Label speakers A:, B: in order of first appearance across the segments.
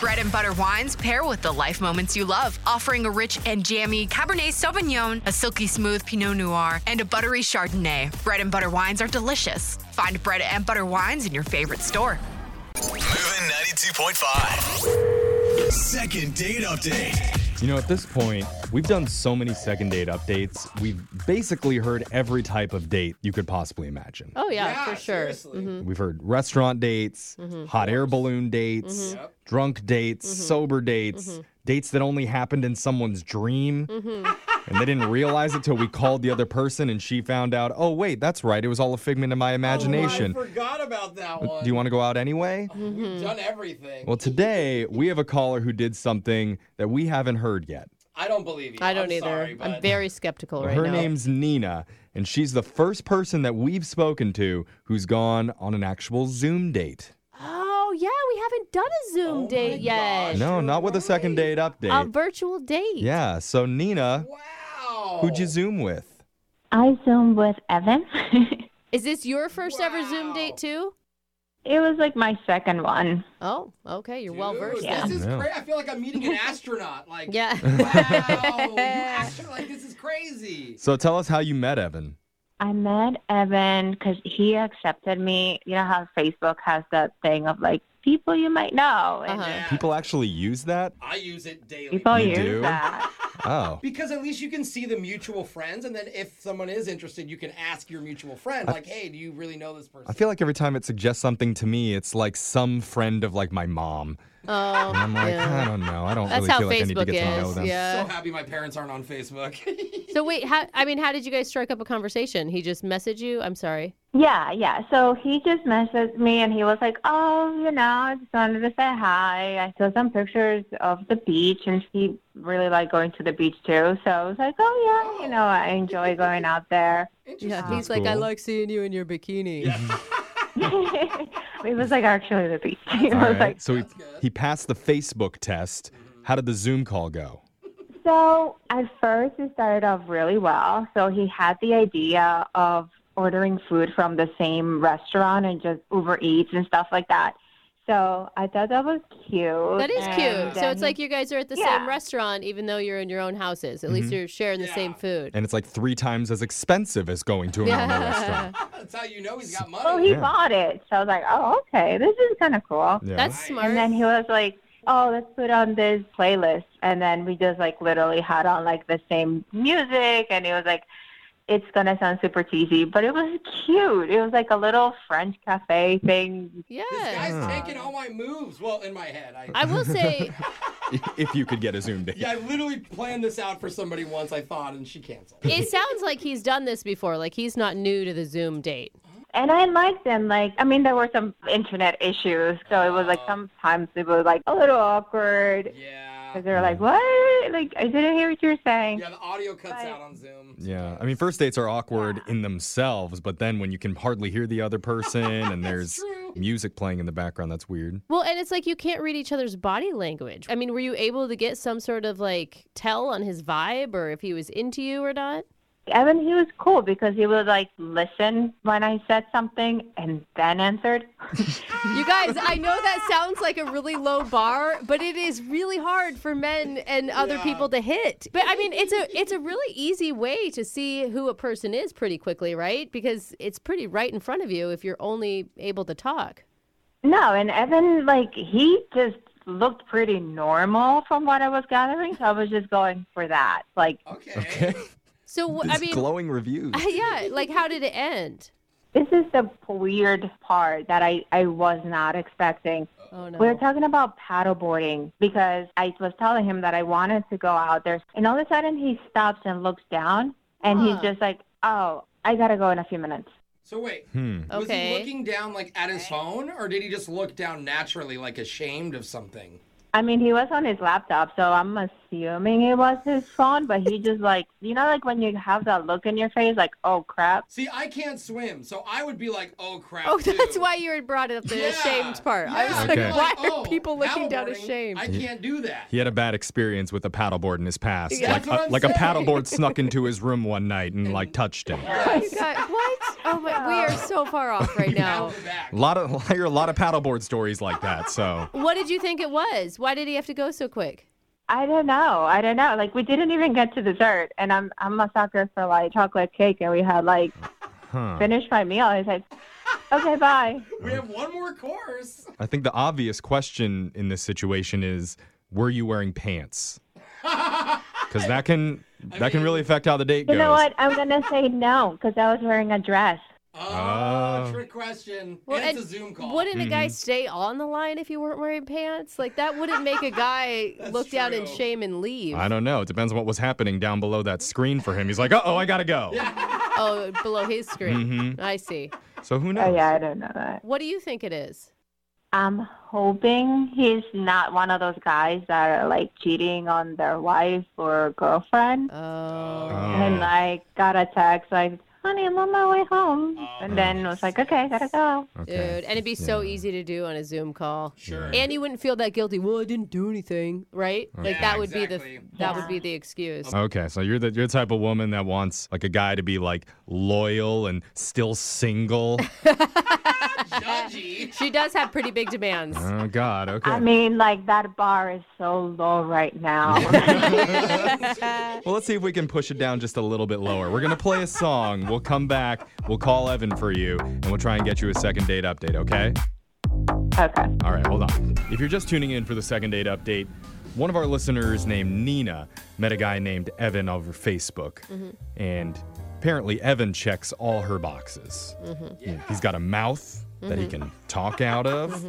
A: Bread and butter wines pair with the life moments you love, offering a rich and jammy Cabernet Sauvignon, a silky smooth Pinot Noir, and a buttery Chardonnay. Bread and butter wines are delicious. Find bread and butter wines in your favorite store.
B: Moving 92.5. Second date update.
C: You know, at this point, we've done so many second date updates. We've basically heard every type of date you could possibly imagine.
D: Oh yeah, for sure. Mhm.
C: We've heard restaurant dates, hot air balloon dates, drunk dates, sober dates, dates that only happened in someone's dream. And they didn't realize it till we called the other person and she found out, oh, wait, that's right. It was all a figment of my imagination.
E: Oh, I forgot about that one.
C: Do you want to go out anyway?
D: Mm-hmm.
E: We've done everything.
C: Well, today we have a caller who did something that we haven't heard yet.
E: I don't believe you.
D: I don't
E: I'm
D: either.
E: Sorry,
D: I'm
E: but
D: very skeptical right
C: Her
D: now.
C: name's Nina, and she's the first person that we've spoken to who's gone on an actual Zoom date.
D: Oh yeah, we haven't done a Zoom
E: my
D: date yet.
E: gosh.
C: No, not with a second date update.
D: A virtual date.
C: yeah, so Nina,
E: Wow.
C: who'd you Zoom with?
F: I zoomed with Evan.
D: Is this your first ever Zoom date
E: Wow.
D: too?
F: it was like my second one.
D: Oh, okay. You're
E: Dude,
D: well versed.
E: This
D: then.
E: is
C: Yeah.
E: great. I feel like I'm meeting an astronaut. Like.
D: Yeah.
E: Wow. you actually like this is crazy.
C: So tell us how you met Evan.
F: I met Evan because he accepted me. You know how Facebook has that thing of like people you might know, and
D: Uh-huh.
E: Yeah.
C: People actually use that?
E: I use it daily.
F: people
C: You
F: use
C: do?
F: that.
C: Oh.
E: Because at least you can see the mutual friends, and then if someone is interested, you can ask your mutual friend, like, "Hey, do you really know this person?"
C: I feel like every time it suggests something to me, it's like some friend of like my mom.
D: Oh,
C: And I'm like,
D: yeah.
C: I don't know. I don't
D: That's
C: really
D: how
C: feel like I need to
D: Facebook
C: get to know
D: is.
C: them.
D: Yeah.
E: so happy my parents aren't on Facebook.
D: So wait, how, I mean, how did you guys strike up a conversation? He just messaged you. I'm sorry.
F: Yeah, yeah. So he just messaged me and he was like, Oh, you know, I just wanted to say hi. I saw some pictures of the beach and he really liked going to the beach too. So I was like, Oh, yeah, you know, I enjoy going out there.
D: Yeah.
C: That's
D: He's like, I
C: cool.
D: like seeing you in your bikini.
F: it was like actually the beach. I was
C: All right.
F: like,
C: so he, he passed the Facebook test. How did the Zoom call go?
F: So at first it started off really well. So he had the idea of ordering food from the same restaurant and just Uber Eats and stuff like that. So I thought that was cute.
D: That is
F: and
D: cute. So it's
F: then-
D: like you guys are at the
F: Yeah.
D: same restaurant, even though you're in your own houses. At least you're sharing the same
E: Yeah.
D: food.
C: Mm-hmm. And it's like three times as expensive as going to a normal restaurant.
E: That's how you know he's got money.
F: well, Oh, he
C: Yeah.
F: bought it. So I was like, oh, okay, this is kind of cool.
C: Yeah.
D: That's
E: Nice.
D: smart.
F: And then he was like, oh, let's put on this playlist. And then we just like literally had on like the same music. And it was like, it's going to sound super cheesy, but it was cute. It was like a little French cafe thing.
D: yeah.
E: This guy's
C: Yeah.
E: taking all my moves. Well, in my head, I,
D: I will say,
C: if you could get a Zoom date.
E: yeah, I literally planned this out for somebody once. I thought, and she canceled.
D: it sounds like he's done this before. Like he's not new to the Zoom date.
F: And I liked them. Like, I mean, there were some internet issues. So it was like sometimes it was like a little awkward.
E: Yeah.
F: Because they were like, what? Like, I didn't hear what you were saying.
E: Yeah, the audio cuts
F: Right.
E: out on Zoom.
C: Yeah. I mean, first dates are awkward in themselves, but then when you can hardly hear the other person and there's
E: true.
C: music playing in the background, that's weird.
D: Well, and it's like you can't read each other's body language. I mean, were you able to get some sort of like tell on his vibe or if he was into you or not?
F: Evan, he was cool because he would like listen when I said something and then answered.
D: You guys, I know that sounds like a really low bar, but it is really hard for men and other people to hit. But I mean, it's a it's a really easy way to see who a person is pretty quickly, right? Because it's pretty right in front of you if you're only able to talk.
F: No, and Evan, like, he just looked pretty normal from what I was gathering. So I was just going for that. Like,
E: Okay.
D: So wh-
C: These
D: I mean,
C: glowing reviews.
D: yeah, like how did it end?
F: this is the weird part that I, I was not expecting.
D: Oh no.
F: We were talking about paddleboarding because I was telling him that I wanted to go out there. And all of a sudden, he stops and looks down and he's
D: Huh.
F: just like, oh, I got to go in a few minutes.
E: So wait,
C: Hmm.
E: was
D: Okay.
E: he looking down like at his phone, or did he just look down naturally, like ashamed of something?
F: I mean, he was on his laptop, so I'm assuming it was his phone, but he just like, you know, like when you have that look in your face, like, oh crap.
E: See, I can't swim, so I would be like, "Oh crap!"
D: Oh, that's
E: too.
D: why you had brought up the
E: Yeah,
D: ashamed part. I was
E: yeah.
C: Okay.
D: like, why
E: Like,
D: are
E: oh,
D: people looking down
E: paddleboarding,
D: ashamed?
E: I can't do that.
C: He had a bad experience with a paddleboard in his past.
D: Yeah.
C: like
E: That's what
C: a,
E: I'm
C: like a
E: saying.
C: paddleboard snuck into his room one night and like touched him.
D: You got- what? Oh my, we are so far off right
E: Out
D: now.
E: of the back.
C: A lot of I hear a lot of paddleboard stories like that. So
D: What did you think it was? Why did he have to go so quick?
F: I don't know. I don't know. Like we didn't even get to dessert, and I'm I'm a sucker for like chocolate cake, and we had like finished my meal. I was like, okay, bye.
E: We have one more course.
C: I think the obvious question in this situation is were you wearing pants? Because that can that can really affect how the date
F: You
C: goes.
F: know what? I'm gonna say no because I was wearing a dress.
E: Oh,
C: Oh.
E: trick question.
D: Well,
E: and it's
D: and
E: a Zoom call.
D: Wouldn't a
C: Mm-hmm.
D: guy stay on the line if you weren't wearing pants? Like that wouldn't make a guy look down in
E: true.
D: shame and leave.
C: I don't know. It depends on what was happening down below that screen for him. He's like, uh oh, I gotta go. Mm-hmm.
D: Oh, below his screen. I see.
C: So who knows?
F: Oh yeah, I don't know that.
D: What do you think it is?
F: I'm hoping he's not one of those guys that are like cheating on their wife or girlfriend,
D: Oh,
F: and
C: Oh,
F: like got a text like, "Honey, I'm on my way home," and then was like, "Okay, gotta go."
D: dude. And it'd be so easy to do on a Zoom call.
E: Sure.
D: And you wouldn't feel that guilty. Well, I didn't do anything, right?
C: Oh,
D: Like
E: Yeah,
D: that would be
E: exactly.
D: the that would be the excuse.
C: Okay, so you're the you're the type of woman that wants like a guy to be like loyal and still single.
E: Judgy.
D: She does have pretty big demands.
C: oh God, okay.
F: I mean, like that bar is so low right now.
C: well, let's see if we can push it down just a little bit lower. We're gonna play a song. We'll come back. We'll call Evan for you, and we'll try and get you a second date update. Okay?
F: okay.
C: All right, hold on. If you're just tuning in for the second date update, one of our listeners named Nina met a guy named Evan over Facebook. And apparently, Evan checks all her boxes. You know, He's got a mouth that he can talk out of,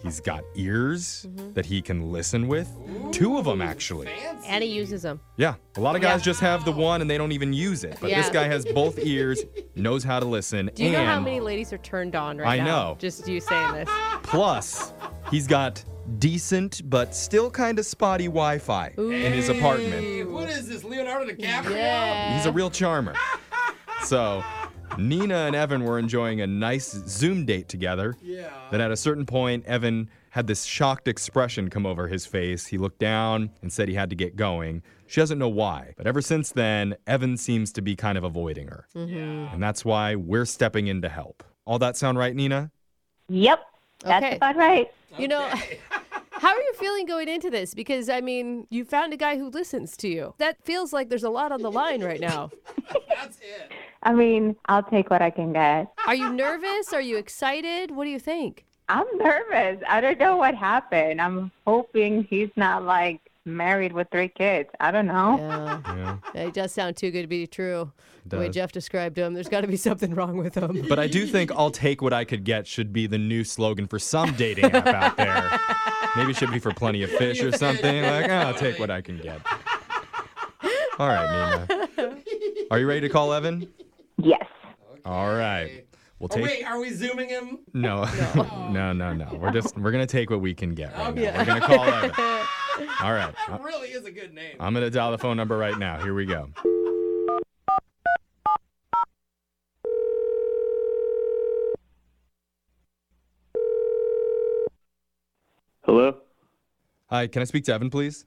C: he's got ears that he can listen with. Two of them, actually.
D: And he uses them.
C: Yeah. A lot of guys just have the one and they don't even use it. But this
D: Yeah.
C: guy has both ears, knows how to listen,
D: Do you know
C: and
D: how many ladies are turned on right
C: I
D: now?
C: know.
D: Just you saying this.
C: Plus, he's got decent but still kind of spotty Wi Fi in his apartment.
E: What is this, Leonardo DiCaprio?
C: He's a real charmer. So, Nina and Evan were enjoying a nice Zoom date together.
E: Yeah.
C: Then, at a certain point, Evan had this shocked expression come over his face. He looked down and said he had to get going. She doesn't know why, but ever since then, Evan seems to be kind of avoiding her. And that's why we're stepping in to help. All that sound right, Nina?
F: Yep. That's
D: Okay.
F: about right.
D: You know, how are you feeling going into this? Because, I mean, you found a guy who listens to you. That feels like there's a lot on the line right now.
E: That's it.
F: I mean, I'll take what I can get.
D: Are you nervous? Are you excited? What do you think?
F: I'm nervous. I don't know what happened. I'm hoping he's not like married with three kids. I don't know.
D: Yeah,
C: Yeah.
D: it does sound too good to be true. The way
C: does.
D: Jeff described him, there's got to be something wrong with him.
C: But I do think I'll take what I could get should be the new slogan for some dating app out there. Maybe it should be for plenty of fish or something. Like, "Ah, I'll take what I can get. All right, Nina. Are you ready to call Evan?
F: Yes.
C: All right. We'll
E: Oh,
C: take
E: wait, are we zooming him?
C: no, no, no, no. We're just we're gonna take what we can get. Right now. We're gonna call Evan. All right.
E: That really is a good name.
C: I'm gonna dial the phone number right now. Here we go.
G: Hello?
C: Hi, can I speak to Evan, please?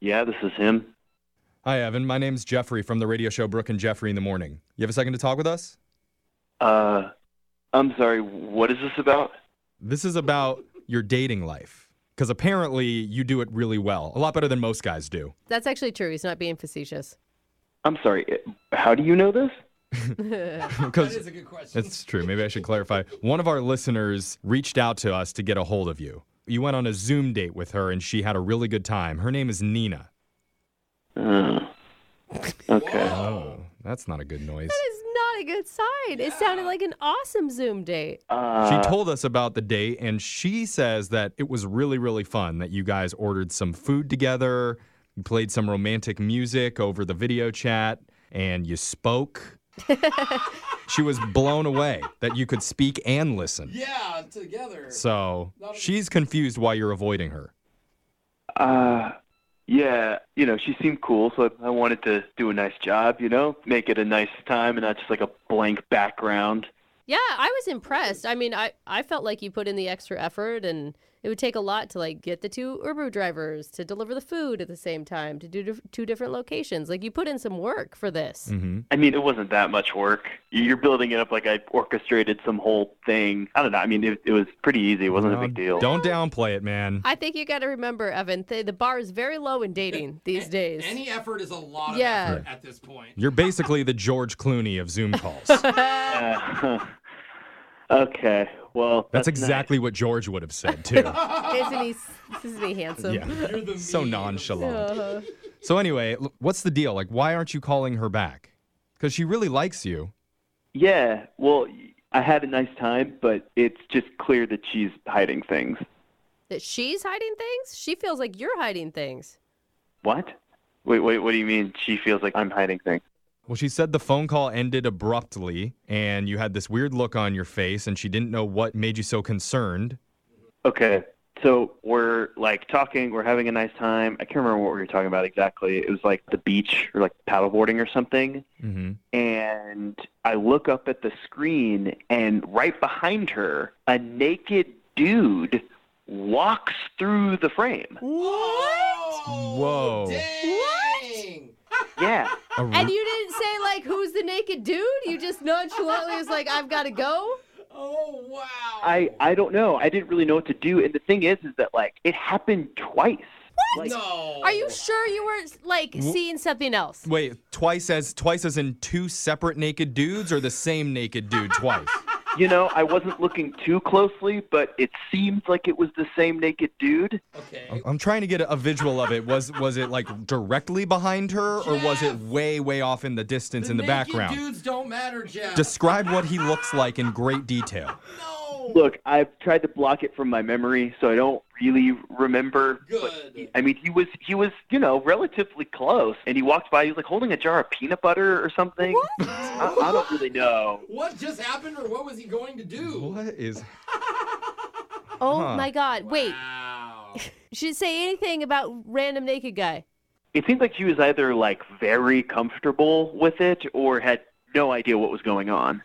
G: Yeah, this is him.
C: Hi, Evan. My name's Jeffrey from the radio show Brooke and Jeffrey in the Morning. You have a second to talk with us?
G: Uh, I'm sorry, what is this about?
C: This is about your dating life. Because apparently you do it really well, a lot better than most guys do.
D: That's actually true. He's not being facetious.
G: I'm sorry, it- how do you know this?
E: That is
C: Because
E: a good question.
C: it's true. Maybe I should clarify. One of our listeners reached out to us to get a hold of you. You went on a Zoom date with her and she had a really good time. Her name is Nina.
G: Uh, okay.
C: Oh, that's not a good noise.
D: It's not a good sign. It sounded like an awesome Zoom date.
C: She
G: Uh,
C: told us about the date and she says that it was really, really fun that you guys ordered some food together, you played some romantic music over the video chat, and you spoke. she was blown away that you could speak and listen.
E: yeah, together.
C: So she's confused why you're avoiding her.
G: uh, yeah, you know, she seemed cool, so I wanted to do a nice job, you know, make it a nice time and not just like a blank background.
D: Yeah, I was impressed. I mean, I, I felt like you put in the extra effort and It would take a lot to like get the two Uber drivers to deliver the food at the same time to do dif- two different locations. Like you put in some work for this.
C: Mm-hmm.
G: I mean, it wasn't that much work. You're building it up like I orchestrated some whole thing. I don't know. I mean, it, it was pretty easy. It wasn't a
C: Uh,
G: big deal.
C: Don't downplay it, man.
D: I think you got to remember, Evan, th- the bar is very low in dating these days.
E: Any effort is a lot of
D: Yeah.
E: effort at this point.
C: You're basically the George Clooney of Zoom calls.
G: Uh, okay. Well,
C: That's
G: that's,
C: exactly what George would have said too.
D: Isn't he? s- Isn't he handsome?
C: yeah.
E: You're the
C: So
E: mean.
C: nonchalant.
D: Uh,
C: So anyway, l- what's the deal? Like, why aren't you calling her back? Because she really likes you.
G: nice. Yeah. Well, I had a nice time, but it's just clear that she's hiding things.
D: that she's hiding things. She feels like you're hiding things.
G: What? Wait, wait. What do you mean? She feels like I'm hiding things.
C: Well, she said the phone call ended abruptly, and you had this weird look on your face, and she didn't know what made you so concerned.
G: Okay. So we're like talking, we're having a nice time. I can't remember what we were talking about exactly. It was like the beach or like paddleboarding or something.
C: Mm-hmm.
G: And I look up at the screen, and right behind her, a naked dude walks through the frame.
E: Oh,
C: Whoa.
E: Dang.
G: Yeah.
D: And you didn't say like who's the naked dude. You just nonchalantly was like, I've got to go.
E: Oh wow.
G: I, I don't know. I didn't really know what to do. And the thing is, is that like it happened twice. Like,
E: no.
D: Are you sure you weren't like seeing something else?
C: Wait, twice as twice as in two separate naked dudes, or the same naked dude twice?
G: you know, I wasn't looking too closely, but it seemed like it was the same naked dude.
E: Okay.
C: I'm- I'm trying to get a, a visual of it. Was was it like directly behind her, or was it
E: Jeff!
C: way way off in the distance in the
E: naked
C: background?
E: Dudes don't matter, Jeff.
C: Describe what he looks like in great detail.
E: no.
G: Look, I've tried to block it from my memory, so I don't really remember.
E: Good.
G: I mean, he was he was you know relatively close, and he walked by. He was like holding a jar of peanut butter or something. I, I don't really know.
E: What just happened, or what was he going to do?
C: What is?
D: Oh
C: Huh.
D: my God! Wait,
E: Wow.
D: she didn't say anything about random naked guy.
G: It seemed like she was either like very comfortable with it or had no idea what was going on.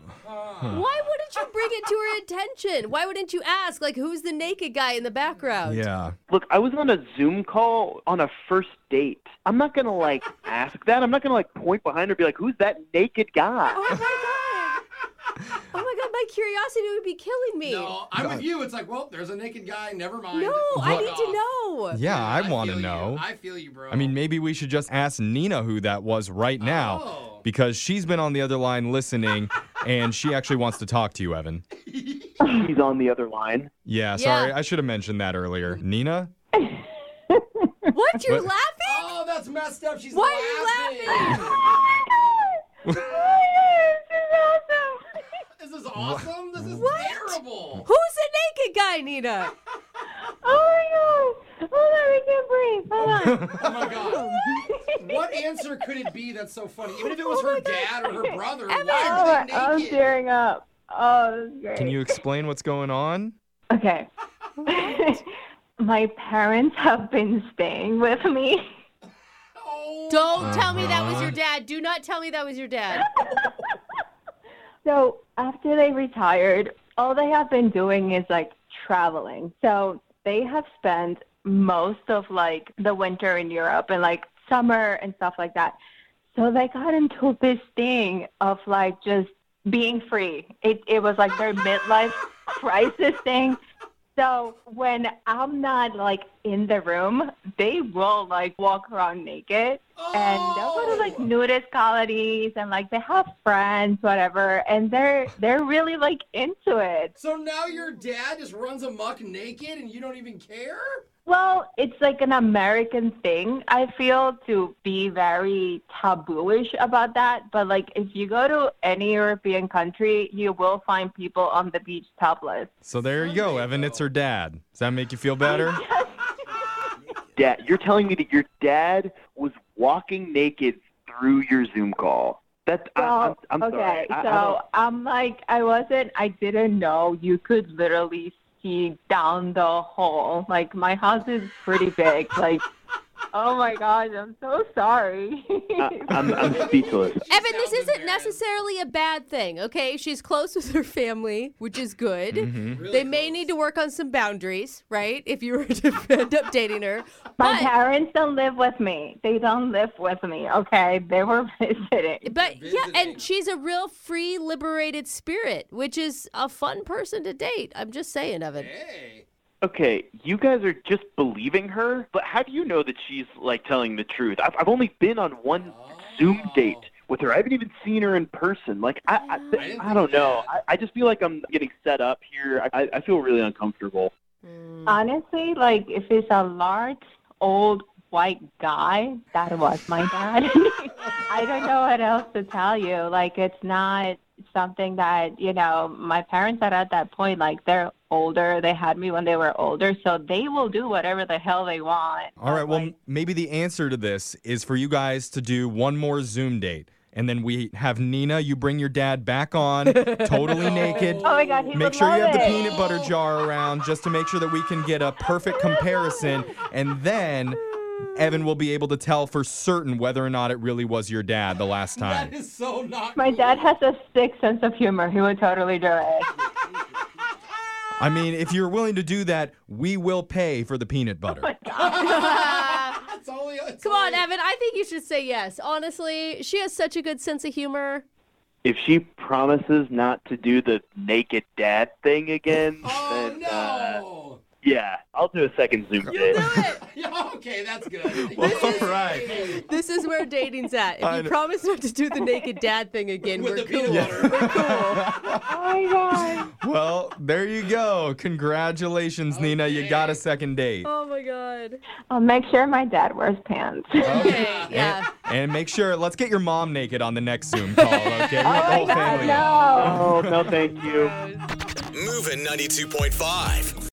D: Why wouldn't you bring it to her attention? Why wouldn't you ask like who's the naked guy in the background?
C: Yeah.
G: Look, I was on a Zoom call on a first date. I'm not gonna like ask that. I'm not gonna like point behind her and be like, "Who's that naked guy?"
D: Oh my god! Oh my god! My curiosity would be killing me.
E: No, I'm with you. It's like, well, there's a naked guy. Never mind.
D: No, I
E: Fuck
D: need
E: off.
D: to know.
C: Yeah, I want
E: feel
C: to
E: you.
C: know.
E: I feel you, bro.
C: I mean, maybe we should just ask Nina who that was right now
E: Oh.
C: because she's been on the other line listening and she actually wants to talk to you, Evan.
G: She's on the other line.
C: Yeah,
D: Yeah.
C: sorry. I should have mentioned that earlier. Nina?
D: What? You're
C: What?
D: laughing?
E: Oh, that's messed up. She's
D: Why are
E: laughing.
D: you laughing?
E: This is awesome. This is terrible.
D: Who's the naked guy, Nina?
F: Oh my god! Hold on, I can't breathe. Hold on.
E: Oh my god. What answer could it be that's so funny? Even if it was
D: Oh
E: her dad or her brother, why
F: Oh,
E: are they
F: I'm
E: naked?
F: tearing up. Oh, this is great.
C: Can you explain what's going on?
F: Okay. My parents have been staying with me.
E: Oh,
C: Uh,
D: Don't tell me that was your dad. Do not tell me that was your dad.
F: So after they retired, all they have been doing is like traveling. So they have spent most of like the winter in Europe and like summer and stuff like that. So they got into this thing of like just being free. It it was like their midlife crisis thing. So when I'm not like in the room, they will like walk around naked and they'll go to
E: Oh.
F: like nudist colonies and like they have friends, whatever, and they're they're really like into it.
E: So now your dad just runs amok naked and you don't even care?
F: Well, it's like an American thing, I feel, to be very tabooish about that. But like if you go to any European country, you will find people on the beach topless.
C: So there you go, Evan. It's her dad. Does that make you feel better?
G: Dad, you're telling me that your dad was walking naked through your Zoom call. That's I, I'm,
F: Well,
G: I'm
F: okay,
G: sorry. I- I
F: so I'm like, I wasn't, I didn't know you could literally see down the hall. Like, my house is pretty big. Like, Oh my gosh, I'm so sorry.
G: I, I'm, I'm speechless.
D: Evan, this isn't necessarily a bad thing, okay? She's close with her family, which is good.
C: Mm-hmm.
D: they may need to work on some boundaries, right? If you were to end up dating her.
F: My
D: But,
F: parents don't live with me. They don't live with me, okay? They were visiting.
D: but yeah, and she's a real free, liberated spirit, which is a fun person to date. I'm just saying, Evan.
E: Hey.
G: Okay, you guys are just believing her, but how do you know that she's like telling the truth? I've, I've only been on one Zoom date with her. I haven't even seen her in person. Like I, I,
E: didn't
G: I, don't
E: think
G: know.
E: that.
G: I, I just feel like I'm getting set up here. I, I feel really uncomfortable.
C: Mm.
F: Honestly, like if it's a large, old, white guy, that was my dad. I don't know what else to tell you. Like it's not something that, you know, my parents are at that point, like they're older. They had me when they were older, so they will do whatever the hell they want.
C: All right. Well,
F: Like,
C: m- maybe the answer to this is for you guys to do one more Zoom date. And then we have Nina, you bring your dad back on, totally naked.
F: Oh my god, he
C: Make
F: would
C: sure you
F: love
C: have the
F: it.
C: peanut butter jar around just to make sure that we can get a perfect comparison. And then Evan will be able to tell for certain whether or not it really was your dad the last
E: That
C: time.
E: is so not.
F: My
E: cool.
F: dad has a sick sense of humor. He would totally do it.
C: I mean, if you're willing to do that, we will pay for the
F: Oh
C: peanut butter.
E: That's only. It's
D: Come on,
E: only-
D: Evan. I think you should say yes. Honestly, she has such a good sense of humor.
G: If she promises not to do the naked dad thing again,
E: Oh
G: then uh,
E: no.
G: yeah, I'll do a second Zoom date.
E: Yeah, okay, that's good.
C: All right.
D: This is where dating's
C: I
D: at. If
C: know.
D: you promise not to do the naked dad thing again,
E: With the
D: we're
E: peanut
D: cool.
E: butter.
D: We're cool.
F: Oh my god.
C: Well, there you go. Congratulations, Nina. You got a second date.
D: Oh my god.
F: I'll make sure my dad wears pants.
C: Oh,
D: Okay. Yeah.
C: And, and make sure, let's get your mom naked on the next Zoom call,
F: Oh
C: okay? We want the whole family.
F: no.
G: Oh no, thank you.
B: Moving 92.5.